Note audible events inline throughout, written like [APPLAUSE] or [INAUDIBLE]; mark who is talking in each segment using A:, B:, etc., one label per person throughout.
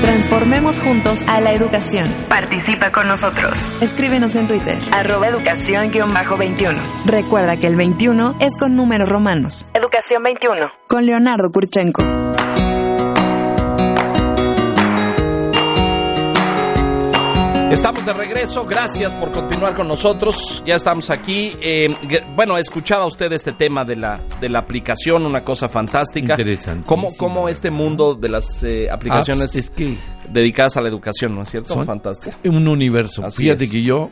A: Transformemos juntos a la educación.
B: Participa con nosotros.
A: Escríbenos en Twitter.
B: Arroba educación-21.
A: Recuerda que el 21 es con números romanos.
B: Educación 21.
A: Con Leonardo Kurchenko.
C: Estamos de regreso, gracias por continuar con nosotros, ya estamos aquí. Eh, bueno, escuchaba usted este tema de la, de la aplicación, una cosa fantástica.
D: Interesante.
C: Cómo, cómo este mundo de las eh, aplicaciones
D: Apps, Ah, pues, es que-
C: dedicadas a la educación, ¿no es cierto?
D: Son-
C: Fantástico.
D: Un universo.
C: Así
D: Fíjate
C: es.
D: que yo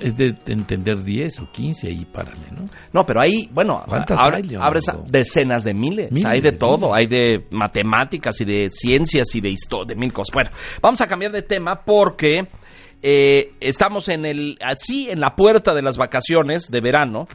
D: es de entender 10 o 15 y párale, ¿no?
C: No, pero ahí, bueno,
D: ¿Cuántas
C: abre-
D: hay, Leonardo?
C: abres a- decenas de miles.
D: Miles,
C: hay de todo,
D: miles.
C: hay de matemáticas y de ciencias y de historia, de mil cosas. Bueno, vamos a cambiar de tema porque eh, estamos en el, así en la puerta de las vacaciones de verano,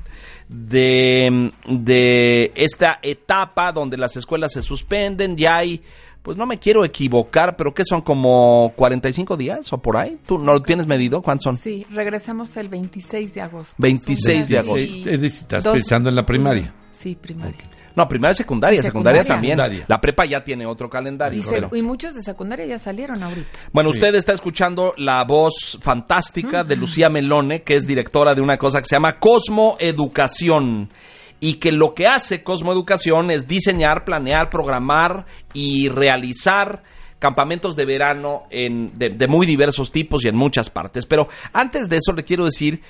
C: de, de esta etapa donde las escuelas se suspenden, ya hay... Pues no me quiero equivocar, pero ¿qué son como 45 días o por ahí? ¿Tú no lo tienes medido? ¿Cuántos son?
E: Sí, regresamos el 26 de agosto.
C: 26 de
E: Son casi
C: agosto.
D: Es decir, Eh, estás
E: dos-
D: pensando en la primaria.
E: Sí, primaria.
C: No, primaria, secundaria, secundaria,
E: Secundaria.
C: también.
D: Secundaria.
C: La prepa ya tiene otro calendario.
E: Y, se-
C: pero-
E: y muchos de secundaria ya salieron ahorita.
C: Bueno,
D: Sí.
C: usted está escuchando la voz fantástica de Lucía Melone, que es directora de una cosa que se llama Cosmo Educación. Y que lo que hace Cosmo Educación es diseñar, planear, programar y realizar campamentos de verano en- de- de muy diversos tipos y en muchas partes. Pero antes de eso le quiero decir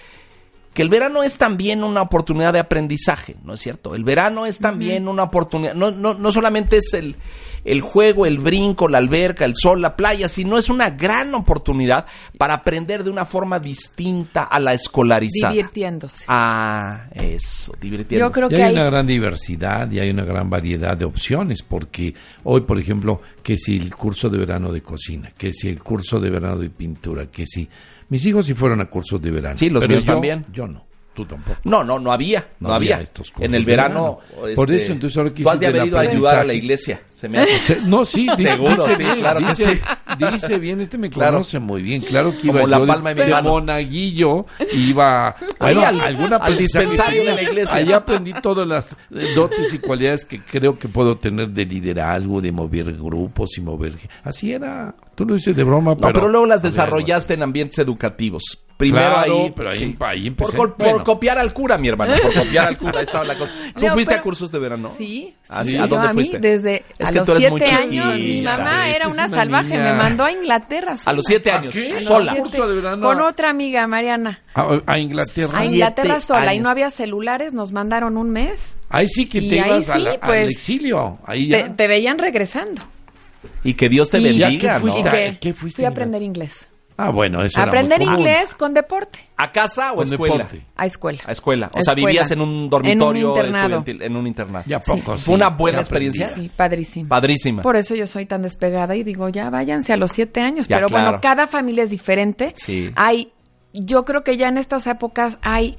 C: que el verano es también una oportunidad de aprendizaje, ¿no es cierto? El verano es también una oportunidad, no, no, no solamente es el, el juego, el brinco, la alberca, el sol, la playa, sino es una gran oportunidad para aprender de una forma distinta a la escolarizada.
E: Divirtiéndose.
C: Ah, eso, divirtiéndose.
E: Yo creo
D: Y
E: que
D: hay
E: hay
D: una gran diversidad y hay una gran variedad de opciones, porque hoy, por ejemplo, que si el curso de verano de cocina, que si el curso de verano de pintura, que si... Mis hijos sí fueron a cursos de verano.
C: Sí, los
D: pero
C: míos
D: yo-
C: también.
D: Yo no, tú tampoco.
C: No, no, no había, no, había.
D: estos cursos
C: en el
D: de
C: verano. este,
D: verano. Por eso, entonces, ahora que
C: Tú has de
D: hiciste el
C: haber ido a ayudar a la
D: aprendizaje.
C: iglesia, se me hace.
D: Se- no, sí, di-
C: Seguro, sí,
D: bien,
C: claro que
D: dice,
C: sí.
D: dice bien, este me
C: Claro.
D: conoce muy bien, claro que iba
C: Como la
D: yo de-
C: palma de mi
D: de
C: mano.
D: monaguillo, iba bueno,
C: al-
D: algún
C: al
D: aprendizaje
C: dispensario
D: tenía.
C: de la iglesia.
D: Allá aprendí todas las eh, dotes y cualidades que creo que puedo tener de liderazgo, de mover grupos y mover... Así era, tú lo dices de broma,
C: No,
D: pero...
C: pero luego las
D: había algo
C: desarrollaste en ambientes educativos. Primero
D: Claro,
C: ahí,
D: pero ahí-
C: sí.
D: ahí
C: por,
D: empecé.
C: col- por
D: Bueno.
C: copiar al cura, mi hermano,
D: [LAUGHS]
C: por copiar al cura, ahí estaba la cosa. ¿Tú
E: Leo,
C: fuiste a
E: pero-
C: cursos de verano?
E: Sí, sí,
C: Ah, sí,
E: yo
C: ¿a dónde
E: mí
C: fuiste?
E: desde
C: Es
E: a
C: que
E: los
C: tú eres muy
E: siete años mi
C: chiquilla.
E: mamá
D: Ah, Es que
E: era
D: es
E: una
D: una
E: salvaje,
D: niña.
E: me mandó a Inglaterra
C: A
E: sola.
C: los siete
D: ¿A
C: años,
D: qué?
E: A los
C: sola.
E: siete,
D: Curso de verano.
E: con otra amiga, Mariana.
D: A, a Inglaterra.
E: A
C: Siete
E: Inglaterra sola y
C: años.
E: no había celulares, nos mandaron un mes.
D: Ahí sí que te
E: Y ahí
D: ibas a
E: sí,
D: la- al
E: pues,
D: exilio. Ahí ya.
E: Te, te veían regresando.
C: Y que Dios te
E: Y-
C: bendiga,
D: Ya que
C: ¿no?
E: ¿Y
D: fuiste-
E: qué?
D: ¿Qué fuiste,
E: Fui a
D: Inglaterra?
E: aprender inglés.
D: Ah, bueno, eso era muy
E: Aprender
D: común.
E: inglés con deporte.
C: ¿A casa o
D: Con
C: escuela?
D: deporte.
E: A escuela.
C: A escuela. O sea,
E: Escuela.
C: vivías en un dormitorio
E: En un internado.
C: estudiantil, en un internado.
D: Ya poco.
C: Fue una buena
D: ya
C: experiencia.
D: aprendí.
E: Sí, padrísimo.
C: Padrísima.
E: Por eso yo soy tan despegada y digo, ya váyanse a los siete años.
C: Ya,
E: Pero
C: claro.
E: bueno, cada familia es diferente.
C: Sí.
E: Hay, yo creo que ya en estas épocas hay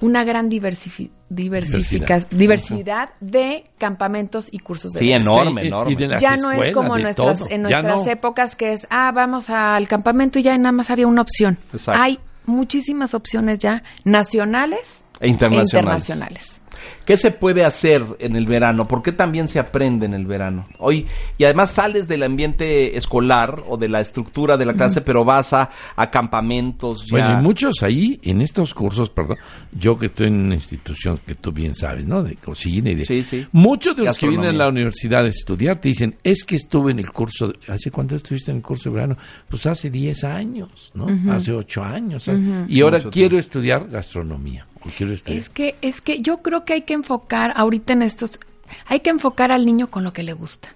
E: una gran diversifi- diversifica- diversidad. de campamentos y cursos de
C: Sí,
E: verano.
C: enorme,
D: y- y
C: enorme.
D: de la- las
E: Ya no es
D: escuelas,
E: como
D: de
E: en nuestras,
D: todo.
E: en
D: Ya
E: nuestras
D: no.
E: épocas que es, ah, vamos al campamento y ya nada más había una opción.
C: Exacto.
E: Hay muchísimas opciones ya nacionales
C: E
E: e
C: internacionales.
E: internacionales.
C: ¿Qué se puede hacer en el verano? ¿Por qué también se aprende en el verano? Hoy, y además sales del ambiente escolar o de la estructura de la clase, pero vas a, a campamentos ya.
D: Bueno, y muchos ahí, en estos cursos, perdón, yo que estoy en una institución que tú bien sabes, ¿no? De cocina y de...
C: Sí, sí.
D: Muchos de los que vienen a
C: Gastronomía.
D: la universidad a estudiar te dicen, es que estuve en el curso, de- ¿hace cuánto estuviste en el curso de verano? Pues hace 10 años, ¿no? Hace 8 años. ¿sabes? Y ahora
C: Mucho
D: quiero estudiar gastronomía. O quiero estudiar...
E: Es que, es que yo creo que hay que enfocar ahorita en estos, hay que enfocar al niño con lo que le gusta.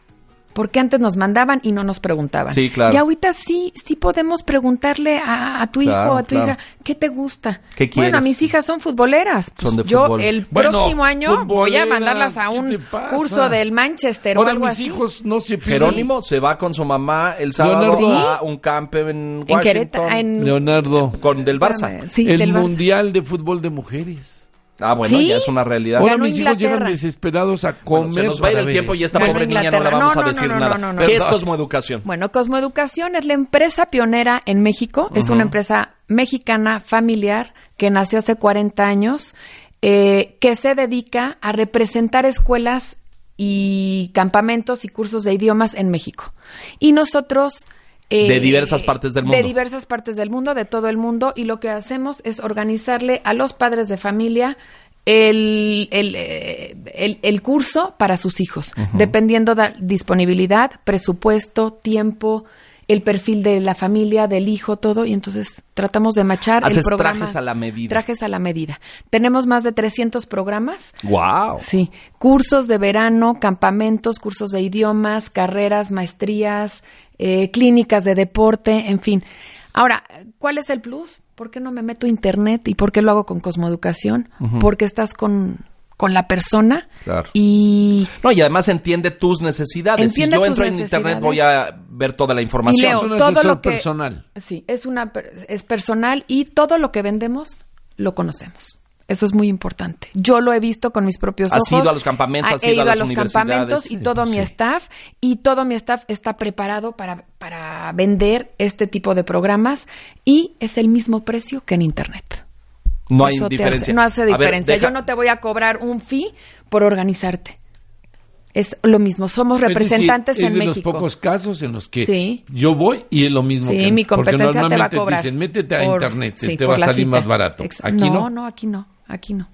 E: Porque antes nos mandaban y no nos preguntaban.
C: Sí, claro.
E: Y ahorita sí, sí podemos preguntarle a, a tu
C: Claro,
E: hijo o a tu
C: claro.
E: hija, ¿qué te gusta?
C: ¿Qué
E: Bueno, a
C: quieres?
E: mis hijas son futboleras. Pues
C: Son de
E: yo
C: fútbol.
E: el
D: Bueno,
E: próximo año voy a
D: futboleras,
E: mandarlas a
D: ¿qué te
E: un
D: pasa?
E: curso del Manchester o
D: ahora
E: algo
D: mis
E: así.
D: hijos no se pierden...
C: Jerónimo se va con su mamá el sábado
D: Leonardo.
C: a un camp en
E: En
C: Washington
E: Querétaro, en-
D: Leonardo,
C: con del
E: Espérame,
C: Barça.
E: sí,
D: el
E: del Barça.
D: Mundial de Fútbol de Mujeres.
C: Ah, bueno,
E: ¿Sí?
C: ya es una realidad.
D: Ahora
E: Ganó
D: mis hijos llegan
E: Inglaterra.
D: desesperados a comer.
C: Bueno, se nos va a ir
D: para
C: el
D: ver
C: tiempo y
D: eso.
C: esta
E: Ganó
C: pobre niña no
E: Inglaterra.
C: la vamos
E: No,
C: a
E: no,
C: decir
E: no, no,
C: nada.
E: no, no,
C: ¿Qué es
E: no.
C: Cosmoeducación?
E: Bueno, Cosmoeducación es la empresa pionera en México. Es una empresa mexicana familiar que nació hace 40 años, eh, que se dedica a representar escuelas y campamentos y cursos de idiomas en México. Y nosotros... eh,
C: De diversas partes del mundo.
E: De diversas partes del mundo, de todo el mundo, y lo que hacemos es organizarle a los padres de familia el, el, eh, el- el curso para sus hijos, dependiendo de disponibilidad, presupuesto, tiempo, el perfil de la familia, del hijo, todo, y entonces tratamos de machar el
C: Haces
E: programa.
C: trajes a la medida.
E: Trajes a la medida. Tenemos más de 300 programas.
C: ¡Wow!
E: Sí, cursos de verano, campamentos, cursos de idiomas, carreras, maestrías, eh, clínicas de deporte, en fin. Ahora, ¿cuál es el plus? ¿Por qué no me meto a internet y por qué lo hago con Cosmoeducación? Porque estás con, con la persona
D: Claro.
E: y,
C: No, y además entiende tus necesidades.
E: Entiende
C: si yo
E: tus
C: entro en internet
E: necesidades.
C: voy a ver toda la
E: y
C: información.
E: leo
D: Es una
E: todo
D: decisión
E: lo que
D: personal.
E: Sí, es una per- es personal y todo lo que vendemos lo conocemos. Eso es muy importante. Yo lo he visto con mis propios
C: Has
E: ojos.
C: ido a los campamentos, has
E: he
C: ido a las
E: los
C: universidades.
E: campamentos y
C: Sí,
E: todo mi
D: sí.
E: staff y todo mi staff está preparado para para vender este tipo de programas y es el mismo precio que en internet.
C: no hay
E: Eso te hace-
C: diferencia.
E: no hace
C: A ver,
E: diferencia.
C: deja-
E: Yo no te voy a cobrar un fee por organizarte. Es lo mismo. Somos
D: Es
E: representantes
D: decir,
E: en
D: es de
E: México.
D: los pocos casos en los que
E: Sí.
D: yo voy y es lo mismo
E: Sí,
D: que
E: mi competencia
D: porque normalmente
E: te va a cobrar.
D: dicen métete a
E: por-
D: internet se
E: sí,
D: te
E: por
D: va a
E: la
D: salir
E: cita.
D: más barato
E: Ex-
D: aquí
E: no,
D: no,
E: no, aquí no, aquí no.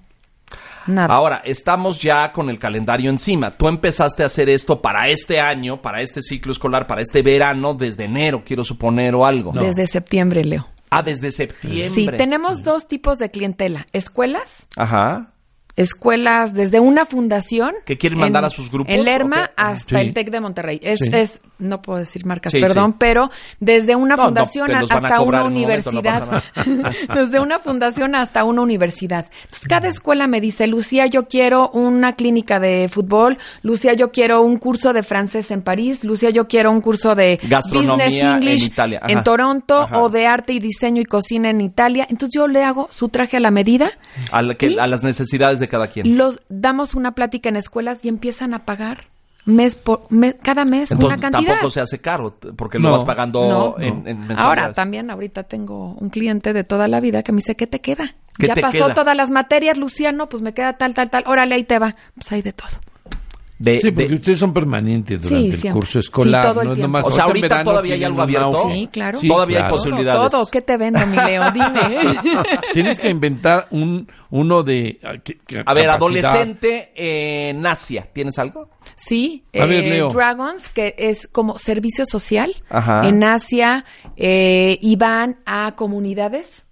E: Nada.
C: Ahora, estamos ya con el calendario encima. Tú empezaste a hacer esto para este año, para este ciclo escolar, para este verano, desde enero, quiero suponer, o algo.
E: Desde septiembre, Leo.
C: Ah, desde septiembre.
E: Sí, tenemos dos tipos de clientela. Escuelas,
C: Ajá.
E: escuelas desde una fundación.
C: ¿Que quieren mandar a sus grupos,
E: En Lerma
C: o qué?
E: hasta
D: Sí.
E: el TEC de Monterrey. Es,
D: Sí.
E: es, no puedo decir marcas,
C: Sí,
E: perdón,
C: sí.
E: pero desde una
C: No, no,
E: fundación
C: te los van a
E: hasta
C: cobrar
E: una
C: en un momento, no
E: universidad.
C: pasa nada. [LAUGHS]
E: [LAUGHS] desde una fundación hasta una universidad. Entonces, cada escuela me dice, Lucía, yo quiero una clínica de fútbol, Lucía, yo quiero un curso de francés en París, Lucía, yo quiero un curso de
C: Gastronomía
E: business
C: en
E: English
C: Italia, ajá.
E: en Toronto
C: Ajá.
E: o de arte y diseño y cocina en Italia. Entonces, yo le hago su traje a la medida.
C: A, la que-
E: ¿Y?
C: a las necesidades de cada quien.
E: Los damos una plática en escuelas y empiezan a pagar mes por mes- cada mes
C: Entonces
E: una cantidad.
C: tampoco se hace caro, t- porque
D: No.
C: lo vas pagando
E: No.
C: en, en mensualidades.
E: Ahora también ahorita tengo un cliente de toda la vida que me dice, "¿Qué te queda?"
C: ¿Qué
E: ya
C: te
E: pasó
C: queda?
E: todas las materias, Luciano, pues me queda tal tal tal. Órale, ahí te va. Pues hay de todo.
C: Eh, De-
D: sí
C: de-
D: porque ustedes son permanentes durante el
E: siempre.
D: curso escolar
E: Sí, todo el
D: no es
E: tiempo.
D: nomás-
C: O sea,
D: en
C: ahorita
D: verano
C: todavía hay
D: tienen
C: algo
D: una
C: abierto.
D: oferta.
E: Sí, claro.
C: Todavía hay
E: Todo,
C: posibilidades.
E: Todo, ¿qué te vendo, mi Leo?
C: [LAUGHS]
E: Dime. [LAUGHS]
D: Tienes que inventar un uno de ah, que- que
C: a ver,
D: capacidad.
C: adolescente eh, en Asia, ¿tienes algo?
E: Sí,
D: A ver,
E: eh,
D: Leo.
E: Dragons, que es como servicio social
C: Ajá.
E: en Asia, eh, y van a comunidades,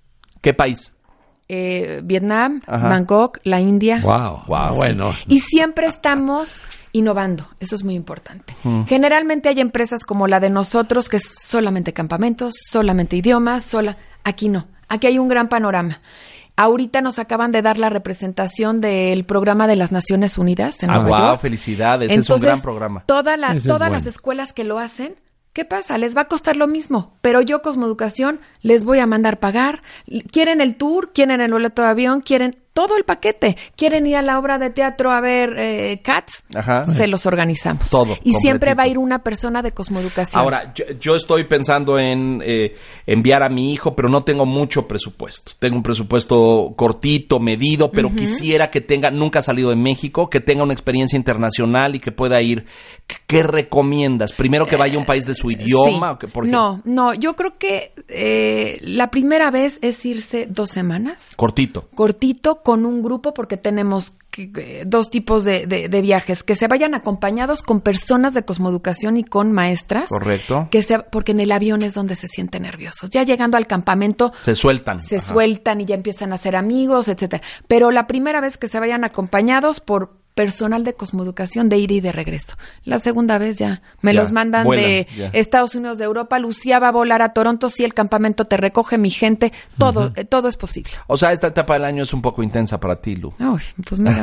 C: ¿Qué país?
E: eh, Vietnam,
C: Ajá.
E: Bangkok, la India.
D: Wow, wow, bueno.
E: Y siempre estamos innovando, eso es muy importante.
C: Mm.
E: Generalmente hay empresas como la de nosotros, que es solamente campamentos, solamente idiomas, sola... Aquí no, aquí hay un gran panorama. Ahorita nos acaban de dar la representación del programa de las Naciones Unidas en
C: Ah,
E: Nueva
C: guau,
E: York.
C: felicidades, es un
E: Entonces,
C: gran programa.
E: Toda la-
D: Ese es
E: todas
D: bueno.
E: las escuelas que lo hacen, ¿qué pasa? Les va a costar lo mismo, pero yo Cosmoeducación les voy a mandar pagar. L- Quieren el tour, quieren el boleto de avión, quieren todo el paquete. Quieren ir a la obra de teatro a ver eh, Cats,
C: Ajá.
E: se los organizamos.
C: Todo,
E: Y siempre
C: completito.
E: va a ir una persona de Cosmoeducación.
C: Ahora, yo, yo estoy pensando en eh, enviar a mi hijo, pero no tengo mucho presupuesto. Tengo un presupuesto cortito, medido, pero quisiera que tenga, nunca ha salido de México, que tenga una experiencia internacional y que pueda ir. ¿Qué, qué recomiendas? Primero que vaya a un país de su idioma.
E: Eh, Sí.
C: o que, por ejemplo,
E: no, no, yo creo que eh, la primera vez es irse dos semanas.
C: Cortito.
E: cortito con un grupo porque tenemos que- que- dos tipos de, de- de viajes que se vayan acompañados con personas de cosmoeducación y con maestras
C: Correcto.
E: que se, porque en el avión es donde se sienten nerviosos ya llegando al campamento
C: Se sueltan.
E: se
C: Ajá.
E: sueltan y ya empiezan a ser amigos etcétera pero la primera vez que se vayan acompañados por personal de cosmoeducación de ida y de regreso la segunda vez ya me
C: Ya,
E: los mandan
C: vuelan,
E: de
C: ya.
E: Estados Unidos de Europa Lucía va a volar a Toronto si el campamento te recoge mi gente todo eh, todo es posible
C: O sea, esta etapa del año es un poco intensa para ti,
E: [LAUGHS]
C: Lu.
E: Ay, pues mírame.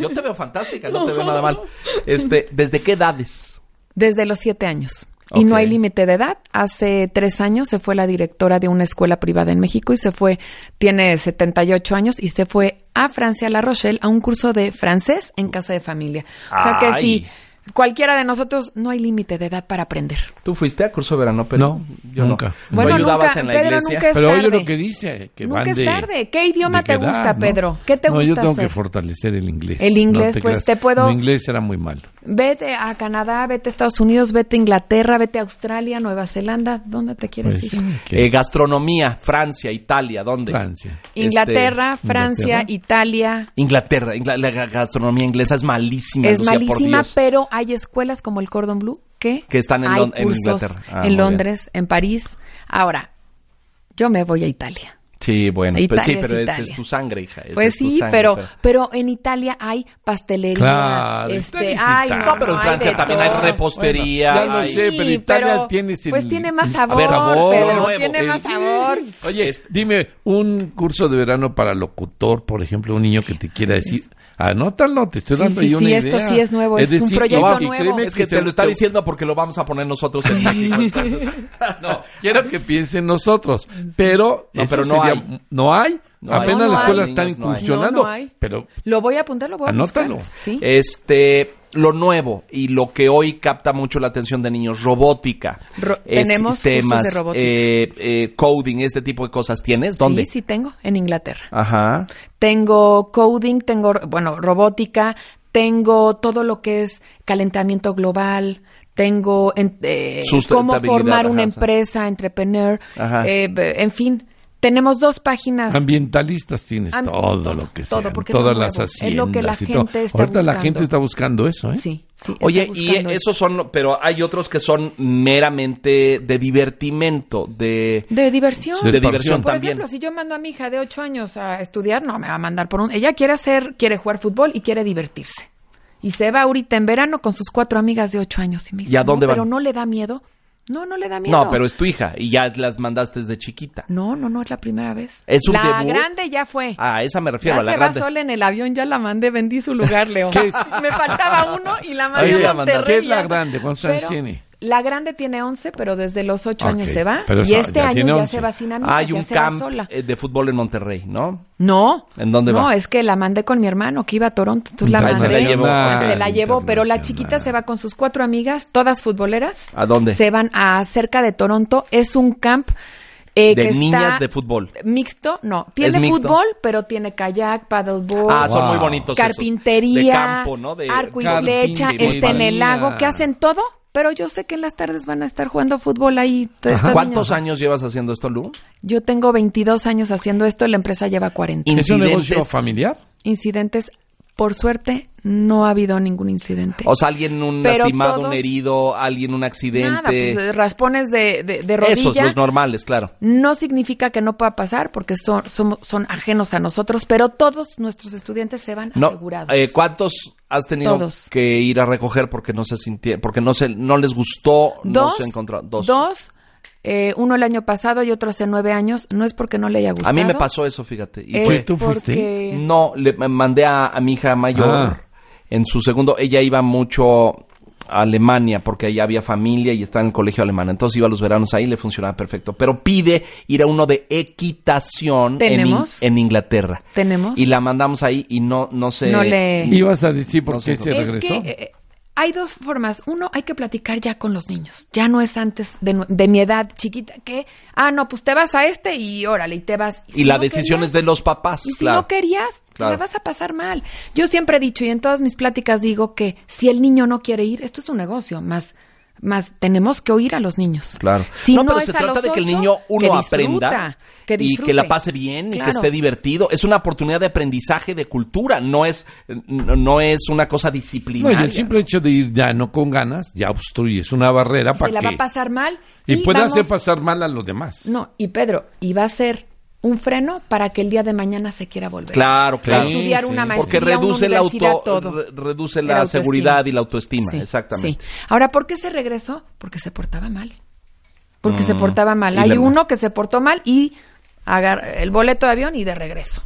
C: Yo te veo fantástica, no te veo nada mal. Este, ¿Desde qué edades?
E: Desde los siete años. Y
C: Ok.
E: no hay límite de edad. Hace tres años se fue la directora de una escuela privada en México y se fue, tiene 78 años y se fue a Francia, a La Rochelle, a un curso de francés en casa de familia. O sea que
C: Ay.
E: si cualquiera de nosotros no hay límite de edad para aprender.
C: ¿Tú fuiste a curso de verano, pero
D: No, nunca.
C: ¿Tú
E: Bueno,
C: ayudabas
E: nunca,
C: en la
E: Pedro,
C: iglesia?
E: nunca es
D: Pero oye
E: tarde.
D: lo que dice, que
E: Nunca
D: van
E: es
D: de-
E: tarde. ¿Qué idioma
D: de
E: te gusta,
D: ¿no?
E: Pedro? ¿Qué te
D: No, yo
E: gusta
D: tengo que
E: hacer?
D: fortalecer el inglés.
E: El
D: No
E: inglés, pues,
D: creas.
E: te puedo-
D: Mi inglés era muy malo.
E: Vete a Canadá, vete a Estados Unidos, vete a Inglaterra, vete a Australia, Nueva Zelanda, ¿dónde te quieres
D: Pues,
E: ir?
D: que
C: Eh, gastronomía, Francia, Italia, ¿dónde?
D: Francia.
E: Inglaterra,
D: Este,
E: Francia,
D: Inglaterra.
E: Italia.
C: Inglaterra, Ingla- la ga- gastronomía inglesa es malísima,
E: Es
C: Lucía, por
E: malísima,
C: Dios.
E: pero hay escuelas como el Cordon Bleu que,
C: Que están en
E: hay
C: Lon- en
E: cursos
C: Inglaterra. Ah, muy
E: en
C: bien.
E: Londres, en París. Ahora, yo me voy a Italia.
C: Sí, bueno, pues
E: Italia
C: sí,
E: es
C: pero es,
E: Italia.
C: es tu sangre, hija. esa
E: Pues
C: es tu
E: sí,
C: sangre,
E: pero, pero en Italia hay pastelería.
D: Claro, Italia
E: este,
D: es
E: ay,
D: Italia.
C: No, pero en
E: hay
C: Francia
E: de
C: también hay
E: todo.
C: repostería.
D: Bueno, ya lo
C: hay-
D: sé, pero Italia tiene ese-
E: Pues tiene
D: a
E: más
D: ver,
E: sabor,
C: sabor,
E: Pedro,
C: lo nuevo.
E: tiene
C: El-
E: más sabor.
D: Oye,
C: Este-
D: dime, un curso de verano para locutor, por ejemplo, un niño que te quiera decir, anótalo, te estoy
E: Sí,
D: dando
E: sí,
D: yo
E: sí,
D: una
E: esto
D: idea.
E: sí es nuevo, es un
D: decir,
E: proyecto
D: no, y
E: nuevo.
D: créeme
C: Es que te lo está
D: te-
C: diciendo porque lo vamos a poner nosotros
E: [LAUGHS]
C: en México, entonces.
D: No, [LAUGHS] quiero que piensen nosotros, pero
C: No,
D: eso
C: pero no
D: sería-
C: hay.
D: no hay.
C: No
D: Apenas
E: hay. No,
D: las
E: no
D: escuelas
E: hay.
D: están
C: Niños, no hay.
D: incursionando,
E: No, no hay.
D: pero
E: Lo voy a apuntar, lo voy a buscar.
D: Anótalo.
E: Sí.
C: Este, lo nuevo y lo que hoy capta mucho la atención de niños, robótica.
E: Ro-
C: eh,
E: tenemos
C: sistemas,
E: cursos de robótica.
C: eh, eh, coding, este tipo de cosas. ¿Tienes? ¿Dónde?
E: Sí, sí tengo, en Inglaterra.
C: Ajá.
E: Tengo coding, tengo, bueno, robótica, tengo todo lo que es calentamiento global, tengo en- eh, cómo
C: Sustentabilidad,
E: formar una
C: ajá, sí.
E: empresa, entrepreneur,
C: Ajá.
E: eh, b- en fin. Tenemos dos páginas.
D: ambientales tienes
E: Am-
D: todo,
E: todo,
D: lo que sea,
E: todo, porque es lo
D: todas las
E: nuevo,
D: haciendas
E: es lo que la
D: y todo.
E: gente está
D: Ahorita la
E: buscando.
D: gente está buscando eso, ¿eh?
E: Sí, sí. está
C: Oye, y
E: buscando
C: esos son, pero hay otros que son meramente de divertimento, de...
E: De diversión.
D: De
C: de
D: diversión.
C: diversión
E: Por
C: también.
E: ejemplo, si yo mando a mi hija de 8 años a estudiar, no me va a mandar por un... Ella quiere hacer, quiere jugar fútbol y quiere divertirse. Y se va ahorita en verano con sus cuatro amigas de 8 años. Y me dice,
C: ¿Y a dónde
E: "No,
C: van?"
E: Pero no le da miedo. No, no le da miedo.
C: No, pero es tu hija y ya las mandaste desde chiquita.
E: No, no, no, es la primera vez.
C: ¿Es un
E: La
C: debut?
E: grande ya fue.
C: A Ah, esa me refiero,
E: ya
C: a la
E: se
C: grande.
E: va sola en el avión, ya la mandé, vendí
C: [LAUGHS]
E: su lugar, Leo. Me faltaba uno y la mandé
C: Ahí la
E: a Monterrey.
C: mandaste.
D: ¿Qué es la
E: ya.
D: grande? ¿Cuántos años
E: Pero
D: tiene?
E: La grande tiene 11, pero desde los 8 años
D: Ok,
E: se va.
D: pero
E: y
D: esa-
E: este
D: ya
E: año
D: tiene
E: ya
D: 11.
E: se va sin amigas,
C: Hay
E: ya
C: un
E: se va
C: camp
E: sola.
C: eh, de fútbol en Monterrey, ¿no?
E: No.
C: ¿En dónde
E: No,
C: va?
E: es que la mandé con mi hermano que iba a Toronto. Entonces la
C: Ah, se la
E: mandé.
C: llevó,
E: Ah,
C: ok.
E: se la llevó, pero la chiquita se va con sus cuatro amigas, todas futboleras.
C: ¿A dónde?
E: Se van a cerca de Toronto. Es un camp eh,
C: De
E: que
C: niñas
E: está
C: de fútbol.
E: Mixto, no. Tiene
C: mixto?
E: fútbol, pero tiene kayak, paddleboard.
C: Ah, son
D: Wow.
C: muy bonitos esos.
E: Carpintería,
C: De campo, ¿no? De,
E: arco y
D: Carpintería.
E: flecha, está en el lago, que hacen todo, pero yo sé que en las tardes van a estar jugando fútbol ahí. t-
D: Ajá.
E: estas
C: ¿Cuántos
E: niñas.
C: años llevas haciendo esto, Lu?
E: Yo tengo 22 años haciendo esto, la empresa lleva 40.
D: ¿Es un negocio
C: Incidentes.
D: familiar?
E: incidentes. Por suerte, no ha habido ningún incidente.
C: O sea, alguien un
E: Pero
C: lastimado,
E: todos-
C: un herido, alguien un accidente.
E: Nada, pues eh, raspones de, de, de rodilla.
C: Esos, los normales, claro.
E: No significa que no pueda pasar porque son, somos- son ajenos a nosotros, pero todos nuestros estudiantes se van
C: No,
E: asegurados.
C: eh, ¿Cuántos has tenido
E: Todos.
C: que ir a recoger porque no se sintie- porque no se, no les gustó, no
E: dos,
C: se encontró? Dos.
E: dos, eh, uno el año pasado y otro hace nueve años. No es porque no le haya gustado.
C: a mí me pasó eso, fíjate. Y
E: es
C: fue-
D: Oye, ¿tú fuiste?
E: porque-
C: No, le me mandé a, a mi hija mayor
D: Ah.
C: en su segundo. Ella iba mucho a Alemania porque allá había familia y estaba en el colegio alemán. Entonces iba los veranos ahí y le funcionaba perfecto. Pero pide ir a uno de equitación en, In-
E: ¿Tenemos?
C: en Inglaterra.
E: Tenemos.
C: Y la mandamos ahí y no, no sé.
E: No le- Sí.
D: Ibas a decir por
C: No
D: qué
C: sé,
D: se
E: Es
D: regresó.
E: que eh, hay dos formas. Uno, hay que platicar ya con los niños. Ya no es antes de, nu- de mi edad chiquita que, ah, no, pues te vas a este y órale, y te vas.
C: Y la decisión es de los papás.
E: Y si
C: claro.
E: no querías,
C: Claro.
E: la vas a pasar mal. Yo siempre he dicho y en todas mis pláticas digo que si el niño no quiere ir, esto es un negocio, más, más tenemos que oír a los niños.
C: Claro.
E: Si
C: no, pero
E: es
C: se
E: a
C: trata
E: los
C: de que el
E: ocho,
C: niño uno
E: que disfruta,
C: aprenda
E: que
C: y que la
E: disfrute.
C: pase bien y que
E: Claro.
C: esté divertido. Es una oportunidad de aprendizaje, de cultura. No es, no no es una cosa
D: No,
C: disciplinaria.
D: y el simple hecho de ir ya no con ganas, ya obstruyes una barrera
E: Y
D: para
E: se la
D: que...
E: va a pasar mal.
D: y puede
E: vamos-
D: hacer pasar mal a los demás.
E: No, y Pedro, y va a ser un freno para que el día de mañana se quiera volver.
C: Claro, claro.
E: A estudiar
D: Sí,
E: una
D: sí.
C: Porque
E: maestría,
C: reduce,
E: una
C: el
E: universidad,
C: auto,
E: todo.
C: re- reduce
E: El
C: la
E: autoestima.
C: seguridad y la autoestima.
E: Sí,
C: Exactamente.
E: sí. Ahora, ¿por qué se regresó? Porque se portaba mal. Porque se portaba mal.
C: Mm, Y
E: Hay
C: la-
E: uno que se portó mal y agar el boleto de avión y de regreso.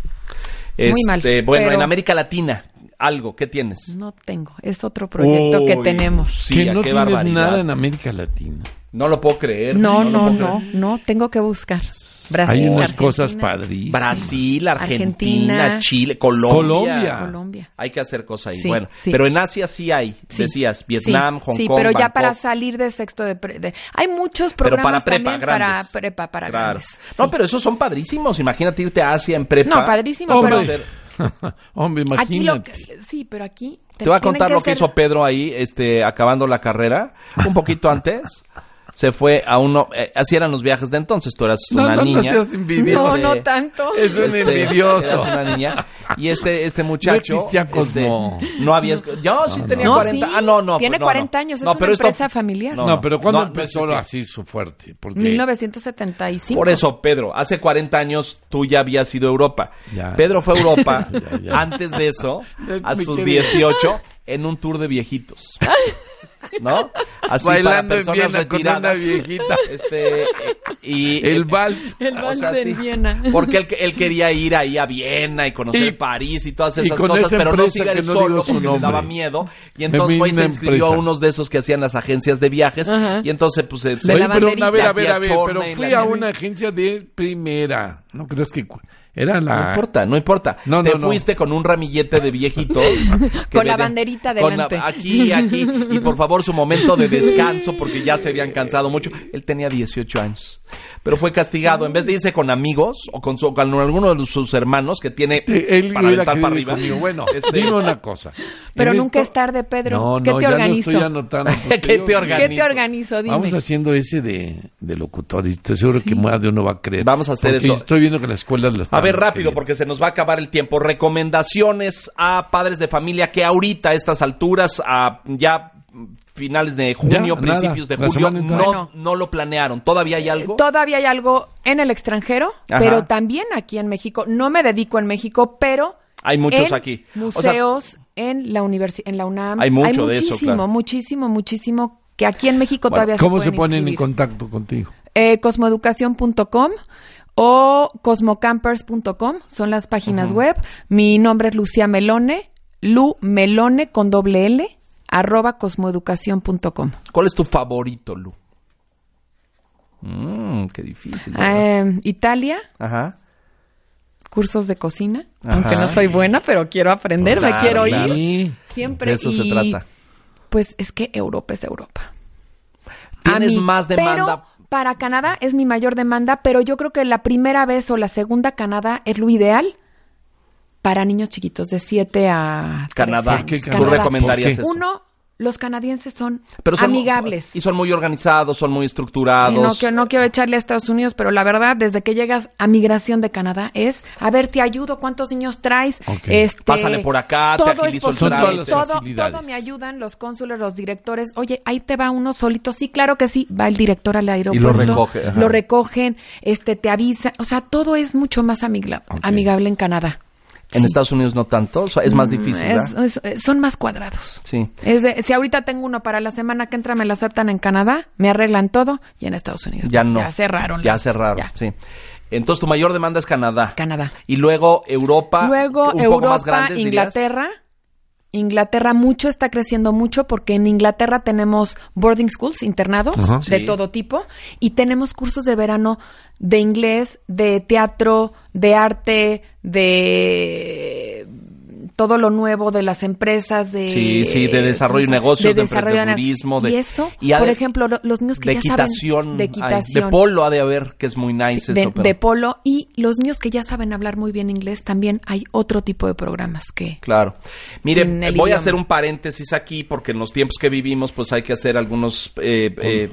E: Muy mal,
C: Este, bueno,
E: pero-
C: en América Latina, algo, ¿qué tienes?
E: No tengo. Es otro proyecto que
C: Uy,
E: tenemos.
C: Lucía,
D: que no
C: qué
D: tienes
C: barbaridad.
D: nada en América Latina.
C: No lo puedo creer.
E: No,
C: lo
E: no,
C: puedo
E: no,
C: creer.
E: no, tengo que buscar. Brasil,
D: Hay unas
E: Argentina,
D: cosas padrísimas.
C: Brasil, Argentina,
E: Argentina.
C: Chile, Colombia.
D: Colombia.
E: Colombia.
C: Hay que hacer cosas ahí.
E: Sí,
C: bueno,
E: sí.
C: pero en Asia sí hay.
E: Sí,
C: Decías,
E: sí,
C: Vietnam, Hong
E: Sí,
C: Kong.
E: pero ya
C: Bangkok.
E: para salir de sexto de, pre- de- hay muchos
C: Pero para
E: programas
C: prepa,
E: también para
C: grandes.
E: prepa para
C: Claro.
E: grandes.
C: No,
E: sí.
C: pero esos son padrísimos. Imagínate irte a Asia en prepa.
E: No, padrísimo,
C: A
E: pero-
C: conocer-
D: [LAUGHS] Hombre,
E: aquí lo
D: imagínate.
E: que- sí, pero aquí
C: Te voy a
E: tienen
C: contar lo que
E: ser-
C: hizo Pedro ahí, este, acabando la carrera, un poquito antes. Se fue a uno, eh, así eran los viajes de entonces, tú eras
D: No,
C: una
D: no, no
C: niña.
D: seas envidioso.
E: [LAUGHS] No,
C: Este,
D: [LAUGHS]
E: no tanto. Pues,
D: Es un
C: este,
D: envidioso.
C: eras una niña. Y este, este muchacho.
D: No existía
C: este,
D: Cosmo.
C: no había. Yo sí tenía
E: No,
C: 40.
E: sí.
C: Ah, no, no.
E: Tiene
C: pues, no,
E: 40
C: no.
E: años, es
C: No,
E: una
C: pero esto-
E: empresa familiar.
D: No, pero ¿cuándo empezó
C: existía.
D: así su fuerte? Porque
E: 1975.
C: Por eso, Pedro, hace 40 años tú ya habías ido a Europa.
D: Ya.
C: Pedro fue a Europa
D: [LAUGHS] Ya, ya.
C: antes de
D: [LAUGHS]
C: eso,
D: Ya,
C: a
D: mi
C: sus
D: querido. [LAUGHS]
C: 18, en un tour de viejitos. ¿No? Así
D: Bailando en
C: para personas
D: Viena con una
C: retiradas.
D: viejita.
C: Este, eh, y, eh,
D: el vals.
E: [LAUGHS] El
C: o
E: vals
C: sea,
E: de
C: sí,
E: Viena. [LAUGHS]
C: Porque él, él quería ir ahí a Viena y conocer
D: Y-
C: París y todas
D: y
C: esas
D: con
C: cosas,
D: esa
C: pero no
D: empresa
C: siga
D: que
C: él
D: no
C: solo
D: digo su
C: porque le daba
D: nombre.
C: miedo. Y entonces fue y se
D: Femenina
C: inscribió a
D: empresa.
C: unos de esos que hacían las agencias de viajes.
E: Ajá.
C: Y entonces, pues, se-
E: De
C: se-
E: la
D: Oye, pero una- a ver, a ver, a ver,
C: banderita.
D: pero
C: Chorna y
D: fui
C: la
D: a
C: nieve.
D: una agencia de primera. No crees que cu- era la
C: No importa, no importa.
D: No,
C: Te
D: no, no.
C: fuiste con un ramillete de
D: [LAUGHS]
C: viejito. que
E: Con la
C: vende-
E: banderita
C: con la-
E: delante.
C: aquí, aquí. Y por favor, su momento de descanso, porque ya se habían cansado mucho. Él tenía 18 años. Pero fue castigado. En vez de irse con amigos o con, su- con alguno de sus hermanos que tiene
D: Eh, él
C: para
D: hubiera
C: aventar para
D: querido ir
C: arriba.
D: conmigo. Bueno,
C: [LAUGHS] Este,
D: dime una cosa.
E: Pero
D: En
E: nunca
D: esto-
E: es tarde, Pedro.
D: No,
E: ¿Qué
D: no,
E: te
D: ya lo
E: organizo?
D: estoy
E: [LAUGHS]
D: anotando, porque
C: ¿Qué te
D: yo-
E: ¿Qué te
C: organizo?
E: organizo? Dime.
D: Vamos haciendo ese de, de locutor. y Estoy seguro que más de uno va a creer.
C: Vamos a hacer
D: Porque
C: eso.
D: Estoy viendo que las escuelas las
C: A ver, rápido, porque se nos va a acabar el tiempo. Recomendaciones a padres de familia que ahorita a estas alturas, a ya finales de junio,
D: nada,
C: principios de
D: la
C: julio,
D: semana entrante.
C: no, no lo planearon. ¿Todavía hay algo?
E: Todavía hay algo en el extranjero,
C: Ajá.
E: pero también aquí en México. No me dedico en México, pero
C: Hay muchos
E: en
C: aquí. O sea-
E: Museos en la universi- en la UNAM.
C: Hay mucho de eso,
E: muchísimo,
C: claro.
E: muchísimo, muchísimo que aquí en México
D: Bueno,
E: todavía
D: ¿Cómo
E: se,
D: se
E: pueden
D: ponen en
E: inscribir.
D: contacto contigo?
E: Eh, cosmoeducacion.com o cosmocampers.com son las páginas web. Mi nombre es Lucía Melone, Lu Melone con doble L, arroba cosmoeducacion.com.
C: ¿Cuál es tu favorito, Lu? Mmm, qué difícil. ¿verdad?
E: Eh, Italia,
C: Ajá.
E: cursos de cocina,
C: Ajá.
E: aunque no soy buena, pero quiero aprender, me
C: Claro,
E: quiero
C: Ah, claro.
E: ir
D: Sí.
E: siempre.
C: De eso se
E: y,
C: trata.
E: Pues es que Europa es Europa. A
C: Tienes
E: mí,
C: más demanda.
E: pero para Canadá es mi mayor demanda, pero yo creo que la primera vez o la segunda Canadá es lo ideal para niños chiquitos de 7 a 13
C: Canadá.
E: años.
D: ¿Qué
C: ¿Tú
D: Canadá?
C: recomendarías
D: ¿Por
C: eso?
E: Uno, los canadienses son,
C: Pero son-
E: amigables.
C: Y son muy organizados, son muy
E: Y no,
C: estructurados.
E: que no quiero echarle a Estados Unidos, pero la verdad, desde que llegas a migración de Canadá es, a ver, te ayudo, ¿cuántos niños traes?
D: Ok.
E: Este,
C: Pásale por acá, te
E: todo es
C: agilizo el
E: posible,
D: trámite. Son todas las
E: Todo,
D: facilidades.
E: todo me ayudan los cónsules, los directores. Oye, ahí te va uno solito. Sí, claro que sí. Va el director al aeropuerto.
C: recoge, ajá.
E: Lo recogen, este, te avisa. O sea, todo es mucho más amigla-
D: Ok.
E: amigable en Canadá.
C: En
E: Sí.
C: Estados Unidos no tanto, o sea, es más difícil,
E: Mm, Es-
C: ¿verdad?
E: es- es- son más cuadrados.
C: Sí.
E: Es de- si ahorita tengo uno para la semana que entra, me lo aceptan en Canadá, me arreglan todo y en Estados Unidos.
C: Ya no.
E: Ya cerraron.
C: Ya
E: las-
C: cerraron,
E: ya.
C: sí. Entonces tu mayor demanda es Canadá.
E: Canadá.
C: Y luego Europa.
E: Luego
C: un poco
E: Europa,
C: más grandes, dirías.
E: Inglaterra. Inglaterra mucho está creciendo mucho porque en Inglaterra tenemos boarding schools, internados
D: Ajá.
E: de
C: Sí.
E: todo tipo y tenemos cursos de verano de inglés, de teatro, de arte, de todo lo nuevo de las empresas de
C: Sí, sí, de desarrollo de negocios, de emprendedurismo, de-
E: y eso,
C: y ha
E: por
C: de-
E: ejemplo, lo- los niños que
C: de
E: ya
C: equitación,
E: saben de
C: ay,
E: equitación,
C: de polo ha de haber, que es muy nice eso.
E: Sí, de,
C: pero-
E: de polo y los niños que ya saben hablar muy bien inglés también hay otro tipo de programas que
C: Claro. Mire,
E: Sin
C: voy
E: el
C: a
E: idioma.
C: hacer un paréntesis aquí porque en los tiempos que vivimos pues hay que hacer algunas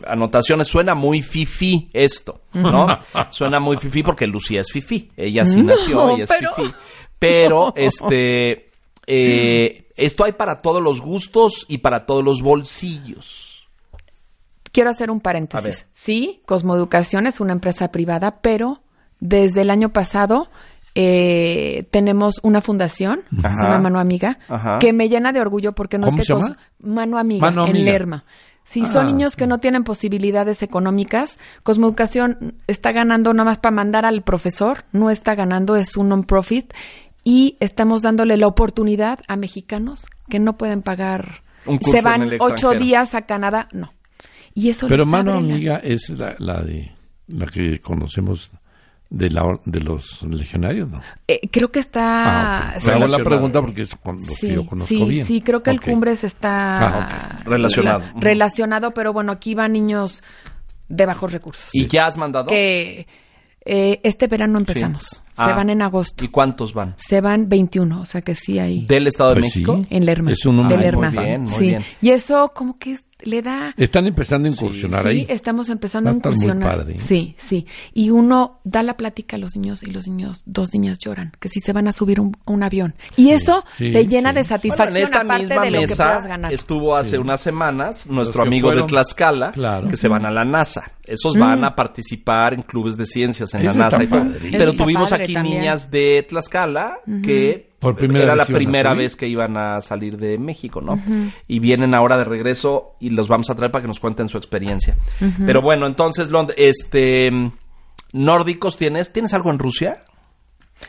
C: anotaciones. Suena muy fifí esto, ¿no? Suena muy fifí porque Lucía es fifí. Ella sí nació y es
E: pero- [LAUGHS]
C: fifí. Pero, este, eh, esto hay para todos los gustos y para todos los bolsillos.
E: quiero hacer un
C: A ver.
E: paréntesis. Sí, Cosmoeducación es una empresa privada, pero desde el año pasado eh, tenemos una fundación,
C: Ajá.
E: se llama Mano Amiga,
C: Ajá.
E: que me llena de orgullo porque no
D: ¿Cómo
E: es que
D: se llama?
E: Cos- Mano Amiga
D: Mano
E: en
D: Amiga.
E: Lerma. Si
D: Ah.
E: son niños que no tienen posibilidades económicas, Cosmoeducación está ganando nada más para mandar al profesor, no está ganando, es un non-profit y estamos dándole la oportunidad a mexicanos que no pueden pagar,
C: Un curso
E: se
C: en
E: van
C: el
E: ocho
C: extranjero.
E: días a Canadá, no. Y eso
D: Pero
E: les
D: mano
E: abre la-
D: amiga es la, la de la que conocemos de la or- de los legionarios, ¿no?
E: Eh, creo que está...
D: Ah, ok. Hago
E: sí,
D: la
C: relacionado.
D: pregunta porque es con los que yo conozco
E: sí,
D: bien.
E: sí, creo que
D: Ok.
E: el Cumbres está
D: Ah,
C: ok. Relacionado. Ujú.
E: relacionado, pero bueno, aquí van niños de bajos recursos.
C: ¿Y ya has mandado?
E: que eh, este verano
C: Sí.
E: empezamos. Se
C: Ah.
E: van en agosto.
C: ¿Y cuántos van?
E: Se van 21, o sea que sí hay
C: ¿Del Estado de
D: Pues sí.
C: México?
E: en Lerma.
D: Es un número
E: de
D: muy
E: Lerma.
C: bien, muy
E: sí.
C: bien.
E: Y eso como que es- le da
D: Están empezando a incursionar
E: Sí,
D: ahí.
E: estamos empezando
D: Va
E: a
D: a estar muy
E: incursionar.
D: padre, ¿eh?
E: Sí, sí. Y uno da la plática a los niños y los niños, dos niñas lloran, que si se van a subir un, un avión. Y eso
D: sí,
E: te llena
D: sí.
E: de
C: Bueno, en
E: satisfacción
C: esta
E: aparte
C: misma
E: de lo que
C: mesa
E: puedas ganar.
C: estuvo hace unas semanas nuestro
D: Los que
C: amigo de
D: fueron.
C: Tlaxcala,
D: Claro.
C: que se van a la NASA. Esos
E: Mm.
C: van a participar en clubes de ciencias en
D: Eso
C: la
D: está
C: NASA. y todo.
D: padre. Eso
C: Pero
E: está
C: tuvimos
E: padre
C: aquí
E: también.
C: niñas de Tlaxcala que
D: Por primera
C: era
D: vez
C: la
D: iban a
C: primera
D: subir.
C: vez que iban a salir de México, ¿no? Y vienen ahora de regreso y los vamos a traer para que nos cuenten su experiencia. Pero bueno, entonces, Lond- este, nórdicos tienes, ¿tienes algo en Rusia?
E: [LAUGHS]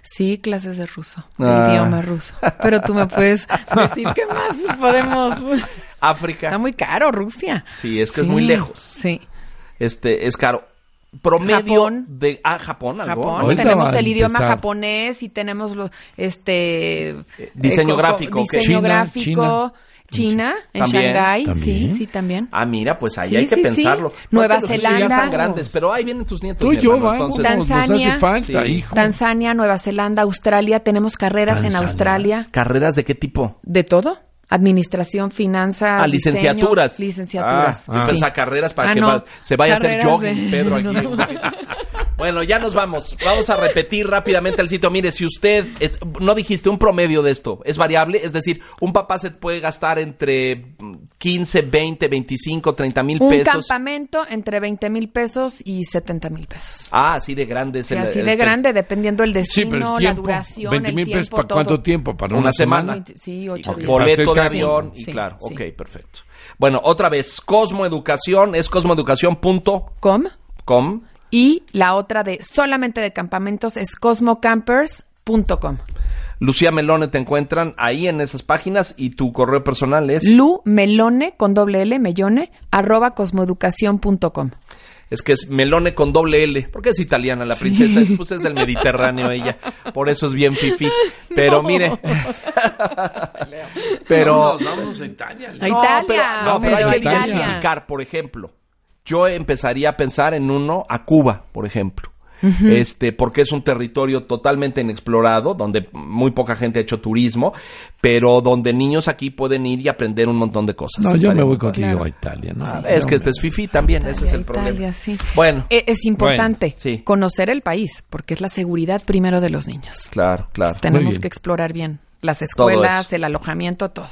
E: Sí, clases de ruso, de
C: Ah.
E: idioma ruso. Pero tú
C: [LAUGHS]
E: me puedes decir Pues qué más podemos.
C: África.
E: Está muy caro Rusia.
C: Sí, es que es muy lejos.
E: Sí.
C: Este, es caro. Promedio
E: Japón.
C: de... Ah, Japón, algo.
E: Japón,
D: Ahorita
E: tenemos
D: van a
E: el idioma
D: empezar.
E: japonés y tenemos los este
C: Eh, diseño
E: co- co-
C: gráfico, ¿qué?
E: diseño
D: China,
E: gráfico, China, en
C: También.
E: Shanghái,
D: También.
E: sí, sí también.
C: Ah, mira, pues ahí
E: Sí,
C: hay que
E: sí, sí.
C: pensarlo.
E: Nueva
C: es que los tuyos Ya
E: Zelanda.
C: están grandes, pero ahí vienen tus nietos.
D: Tú y
C: mi
D: yo
C: hermano,
D: vamos,
C: entonces-
D: nos
E: Tanzania.
D: hace falta,
C: Sí.
D: hijo.
E: Tanzania, Nueva Zelanda, Australia, tenemos carreras
D: Tanzania.
E: en Australia,
C: ¿Carreras de qué tipo?
E: de todo. Administración, finanzas,
C: Ah,
E: diseño,
C: licenciaturas.
E: licenciaturas.
C: Ah, yo
D: sí.
C: pensaba carreras para
E: Ah,
C: que
E: no.
C: va- se vaya
E: Carreras
C: a hacer jogging,
E: de-
C: Pedro, aquí.
E: [LAUGHS] No.
C: Bueno, ya nos vamos. Vamos a repetir rápidamente el sitio. Mire, si usted, eh, no dijiste un promedio de esto, es variable, es decir, un papá se puede gastar entre mm, 15, 20, 25, 30 mil
E: Un
C: pesos.
E: campamento entre 20 mil pesos y 70 mil pesos.
C: Ah, así de grande. es
E: Sí,
C: el-
E: así
C: el- este.
E: de
C: el-
E: grande, dependiendo el
D: Sí, pero
E: destino,
D: el
E: la
D: tiempo.
E: duración,
D: 20
E: el
D: mil
E: tiempo,
D: pesos, ¿para
E: todo.
D: cuánto tiempo? ¿Para
C: Una
D: una,
C: semana.
E: Veinte- Sí, ocho
D: Ok.
E: días.
D: Para hacer
C: boleto de
D: cambio.
C: avión y
E: Sí,
C: claro,
E: sí.
C: ok, perfecto. Bueno, otra vez, Cosmoeducación es cosmoeducación.com.
E: Com. Y la otra de solamente de campamentos es cosmocampers.com.
C: Lucía Melone te encuentran ahí en esas páginas y tu correo personal es...
E: Lu Melone con doble L, Mellone, arroba cosmoeducación.com.
C: Es que es Melone con doble L, porque es italiana la princesa, es, pues es del Mediterráneo ella, por eso es bien fifi. Pero
E: [LAUGHS]
C: mire, [LAUGHS] pero...
D: Vámonos a Italia.
E: A Italia,
C: pero, no, pero
E: pero
C: hay que
E: a Italia.
C: diversificar, por ejemplo. Yo empezaría a pensar en uno a Cuba, por ejemplo. Este, porque es un territorio totalmente inexplorado, donde muy poca gente ha hecho turismo, pero donde niños aquí pueden ir y aprender un montón de cosas.
D: No, yo
C: Estaría
D: me voy
C: muy
D: contigo
E: Claro.
D: a Italia. ¿no?
C: padre. es que este es fifi también, ese es el
E: Italia,
C: problema.
E: Italia, sí.
C: Bueno,
E: E- Es importante
C: Bueno, sí.
E: conocer el país, porque es la seguridad primero de los niños.
C: claro, claro.
D: Muy
E: Tenemos
D: bien.
E: que explorar bien las
C: Todo
E: escuelas,
C: eso.
E: el alojamiento, todo.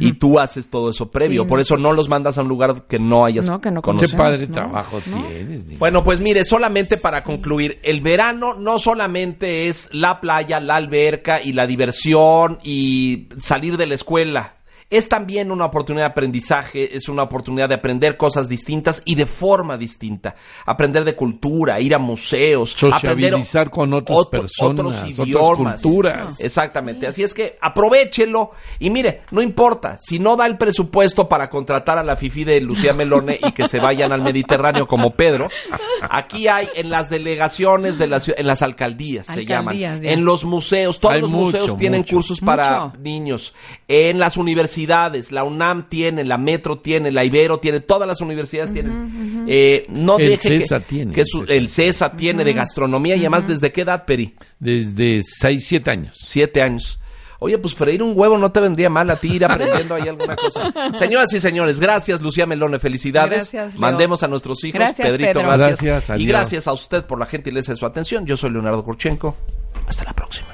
C: Y tú haces todo eso previo,
E: Sí,
C: por eso no los mandas a un lugar que no hayas
E: No, que no
D: Qué
C: conocido.
E: conocemos,
D: padre
E: ¿no?
D: trabajo tienes. niña.
C: Bueno, pues mire, solamente para concluir, el verano no solamente es la playa, la alberca y la diversión y salir de la escuela. Es también una oportunidad de aprendizaje, es una oportunidad de aprender cosas distintas y de forma distinta. Aprender de cultura, ir a museos,
D: Sociabilizar
C: aprender
D: con otras personas, otras culturas.
C: Exactamente. Así es que aprovechelo y mire, no importa, si no da el presupuesto para contratar a la FIFI de Lucía Melone y que se vayan al Mediterráneo como Pedro, aquí hay en las delegaciones de las ciu- en las alcaldías, se
E: Alcaldías,
C: llaman,
E: ya.
C: en los museos, todos
D: Hay
C: los
D: mucho,
C: museos tienen
D: mucho.
C: cursos para
E: Mucho.
C: niños, en las universidades, la UNAM tiene, la Metro tiene, la Ibero tiene, todas las universidades tienen. Eh, no
D: El
C: deje
D: CESA
C: que,
D: tiene,
C: que su-
D: el CESA.
C: el CESA tiene de gastronomía y además desde qué edad, Peri?
D: Desde 6, 7 años.
C: siete años. Oye, pues freír un huevo no te vendría mal a ti ir aprendiendo ahí alguna
E: [LAUGHS]
C: cosa. Señoras y señores, gracias Lucía Melone, felicidades.
E: Gracias, Leo.
C: Mandemos a nuestros hijos,
E: Gracias,
C: Pedrito,
E: Pedro.
C: gracias.
D: Gracias,
C: y
D: adiós.
C: gracias a usted por la gentileza de su atención. Yo soy Leonardo Kurchenko. Hasta la próxima.